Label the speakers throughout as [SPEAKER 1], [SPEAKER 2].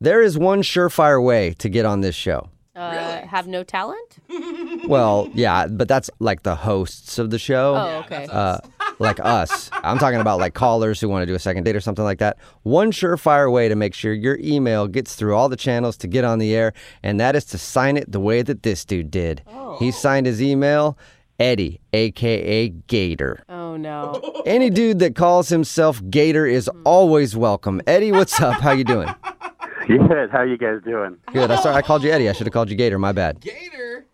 [SPEAKER 1] There is one surefire way to get on this show.
[SPEAKER 2] Uh, Have no talent?
[SPEAKER 1] Well, yeah, but that's like the hosts of the show.
[SPEAKER 2] Oh, okay.
[SPEAKER 1] uh, like us. I'm talking about like callers who want to do a second date or something like that. One surefire way to make sure your email gets through all the channels to get on the air, and that is to sign it the way that this dude did.
[SPEAKER 2] Oh.
[SPEAKER 1] He signed his email Eddie, aka Gator.
[SPEAKER 2] oh no.
[SPEAKER 1] Any dude that calls himself Gator is
[SPEAKER 2] Mm-hmm.
[SPEAKER 1] always welcome. Eddie, what's up? How you doing?
[SPEAKER 3] Good. How you guys doing?
[SPEAKER 1] Good. I sorry I called you Eddie. I should have called you Gator. My bad.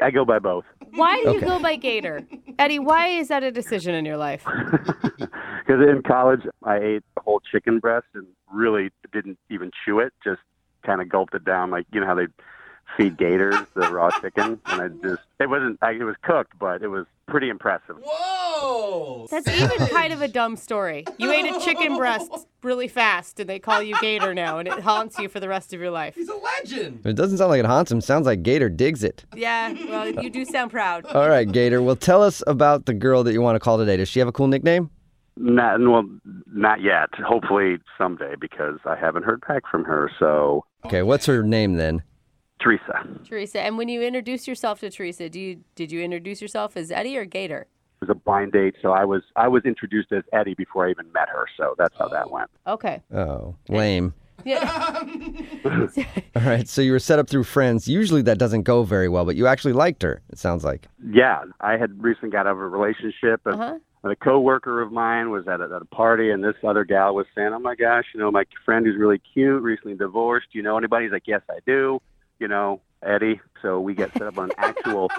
[SPEAKER 3] I go by both
[SPEAKER 2] Why do you go by Gator? Eddie, why is that a decision in your life?
[SPEAKER 3] because in college I ate a whole chicken breast and really didn't even chew it. Just kind of gulped it down, like you know how they feed gators the raw chicken, and I just it wasn't I, it was cooked, but it was pretty impressive.
[SPEAKER 2] That's even kind of a dumb story. You ate a chicken breast really fast and they call you Gator now and it haunts you for the rest of your life.
[SPEAKER 1] It doesn't sound like it haunts him. Sounds like Gator digs it.
[SPEAKER 2] Yeah, well, you do sound proud.
[SPEAKER 1] All right, Gator. Well, tell us about the girl that you want to call today. Does she have a cool nickname?
[SPEAKER 3] Not well, not yet. Hopefully someday because I haven't heard back from her. So
[SPEAKER 1] Okay, what's her name then?
[SPEAKER 3] Teresa
[SPEAKER 2] Teresa, and when you introduce yourself to Teresa, do you did you introduce yourself as Eddie or Gator?
[SPEAKER 3] it was a blind date, so I was I was introduced as Eddie before I even met her. So that's how that went.
[SPEAKER 2] Okay.
[SPEAKER 1] Oh, lame.
[SPEAKER 2] Yeah.
[SPEAKER 1] All right, so you were set up through friends. Usually that doesn't go very well, but you actually liked her, it sounds like.
[SPEAKER 3] Yeah, I had recently got out of a relationship, and
[SPEAKER 2] Uh-huh.
[SPEAKER 3] a coworker of mine was at a, at a party, and this other gal was saying, "Oh my gosh, you know, my friend who's really cute, recently divorced. Do you know anybody?" He's like, "Yes, I do. You know, Eddie." So we get set up on an actual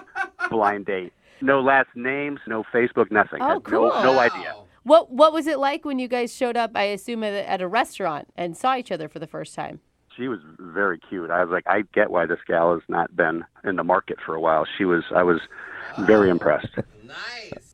[SPEAKER 3] blind date. No last names, no Facebook, nothing.
[SPEAKER 2] Oh,
[SPEAKER 3] Had
[SPEAKER 2] cool.
[SPEAKER 3] No, no idea.
[SPEAKER 2] What what was it like when you guys showed up? I assume at a, at a restaurant and saw each other for the first time.
[SPEAKER 3] She was very cute. I was like, I get why this gal has not been in the market for a while. She was. I was very impressed.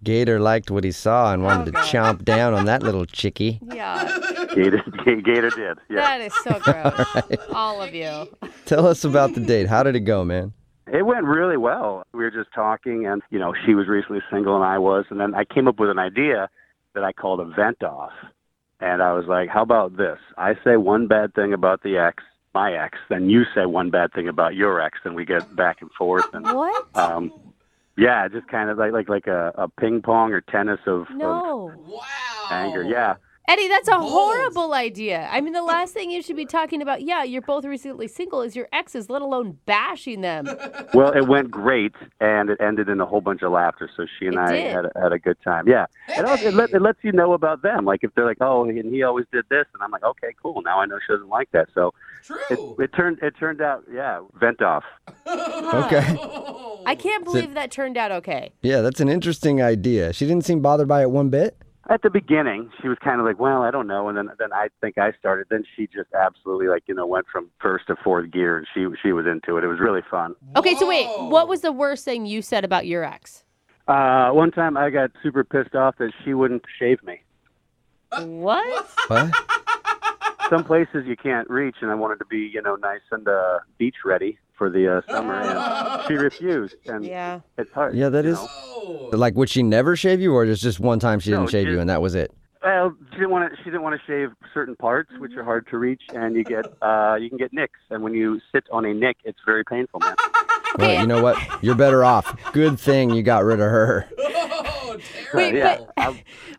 [SPEAKER 1] Gator liked what he saw and wanted to chomp down on that little chickie.
[SPEAKER 2] Yeah,
[SPEAKER 3] Gator, Gator did. Yeah.
[SPEAKER 2] that is so gross. All of you.
[SPEAKER 1] Tell us about the date. How did it go, man?
[SPEAKER 3] It went really well. We were just talking, and you know, she was recently single, and I was, and then I came up with an idea that I called a vent off, and I was like, "How about this? I say one bad thing about the ex, my ex, then you say one bad thing about your ex, then we get back and forth, and
[SPEAKER 2] What?
[SPEAKER 3] um, yeah, just kind of like like like a, a ping pong or tennis of, of
[SPEAKER 2] No,
[SPEAKER 3] anger. Yeah,
[SPEAKER 2] Eddie, that's a horrible idea. I mean, the last thing you should be talking about. Yeah, you're both recently single. Is your exes, let alone bashing them?
[SPEAKER 3] Well, it went great, and it ended in a whole bunch of laughter. So she and
[SPEAKER 2] It
[SPEAKER 3] I
[SPEAKER 2] did.
[SPEAKER 3] had a, had a good time. Yeah, and also, it, let, it lets you know about them. Like if they're like, oh, and he always did this, and I'm like, okay, cool. Now I know she doesn't like that. So
[SPEAKER 2] Oh.
[SPEAKER 3] true. It, it turned it turned out, yeah, vent off.
[SPEAKER 1] Okay.
[SPEAKER 2] I can't believe that turned out okay.
[SPEAKER 1] Yeah, that's an interesting idea. She didn't seem bothered by it one bit.
[SPEAKER 3] At the beginning, she was kind of like, well, I don't know, and then then I think I started. Then she just absolutely like you know went from first to fourth gear, and she she was into it. It was really fun.
[SPEAKER 2] Okay, so wait, what was the worst thing you said about your ex?
[SPEAKER 3] Uh, one time I got super pissed off that she wouldn't shave me.
[SPEAKER 2] What?
[SPEAKER 1] What?
[SPEAKER 3] some places you can't reach, and I wanted to be, you know, nice and uh, beach ready for the uh, summer. And she refused, and
[SPEAKER 2] Yeah.
[SPEAKER 3] it's hard.
[SPEAKER 1] Yeah, that
[SPEAKER 3] you
[SPEAKER 1] is.
[SPEAKER 3] know.
[SPEAKER 1] Like, would she never shave you, or just just one time she didn't
[SPEAKER 3] No,
[SPEAKER 1] shave
[SPEAKER 3] she-
[SPEAKER 1] you and that was it?
[SPEAKER 3] Well, she didn't want to. She didn't want to shave certain parts, which are hard to reach, and you get uh, you can get nicks, and when you sit on a nick, it's very painful, man.
[SPEAKER 1] Well, you know what? You're better off. Good thing you got rid of her.
[SPEAKER 2] Wait,
[SPEAKER 3] yeah,
[SPEAKER 2] but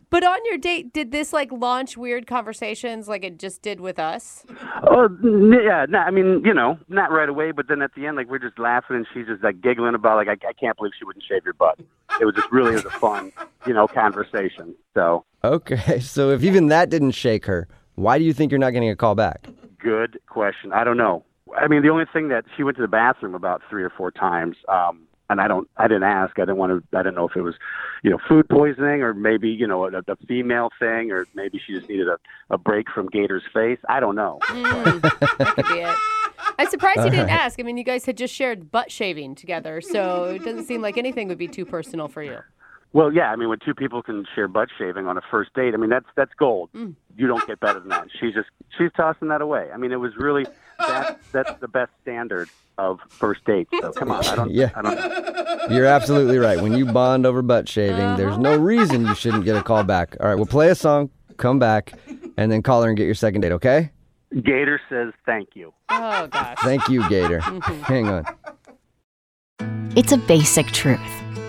[SPEAKER 2] but on your date, did this like launch weird conversations like it just did with us?
[SPEAKER 3] Oh, n- yeah. No, I mean, you know, not right away, but then at the end, like we're just laughing, and she's just like giggling about, like, I, I can't believe she wouldn't shave your butt. It was just really it was a fun, you know, conversation. So
[SPEAKER 1] Okay, so if even that didn't shake her, why do you think you're not getting a call back?
[SPEAKER 3] Good question. I don't know. I mean, the only thing that she went to the bathroom about three or four times, um, and I don't, I didn't ask. I didn't want to. I didn't know if it was, you know, food poisoning or maybe you know a, a female thing or maybe she just needed a, a break from Gator's face. I don't know.
[SPEAKER 2] Mm, that could be it. I'm surprised you didn't ask. I mean, you guys had just shared butt shaving together, so it doesn't seem like anything would be too personal for you.
[SPEAKER 3] Well, yeah, I mean, when two people can share butt shaving on a first date, I mean, that's that's gold. You don't get better than that. She's just she's tossing that away. I mean, it was really that that's the best standard of first date. So come on, I don't,
[SPEAKER 1] Yeah.
[SPEAKER 3] I don't know.
[SPEAKER 1] You're absolutely right. When you bond over butt shaving, there's no reason you shouldn't get a call back. All right, we'll play a song, come back, and then call her and get your second date, okay?
[SPEAKER 3] Gator says thank you.
[SPEAKER 2] Oh gosh.
[SPEAKER 1] Thank you, Gator. Hang on.
[SPEAKER 4] It's a basic truth.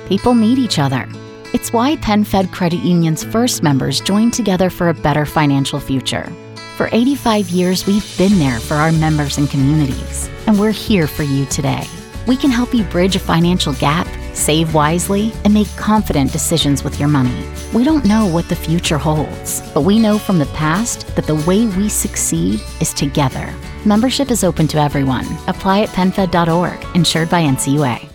[SPEAKER 4] People need each other. It's why PenFed Credit Union's first members joined together for a better financial future. For 85 years, we've been there for our members and communities, and we're here for you today. We can help you bridge a financial gap, save wisely, and make confident decisions with your money. We don't know what the future holds, but we know from the past that the way we succeed is together. Membership is open to everyone. Apply at penfed.org, insured by NCUA.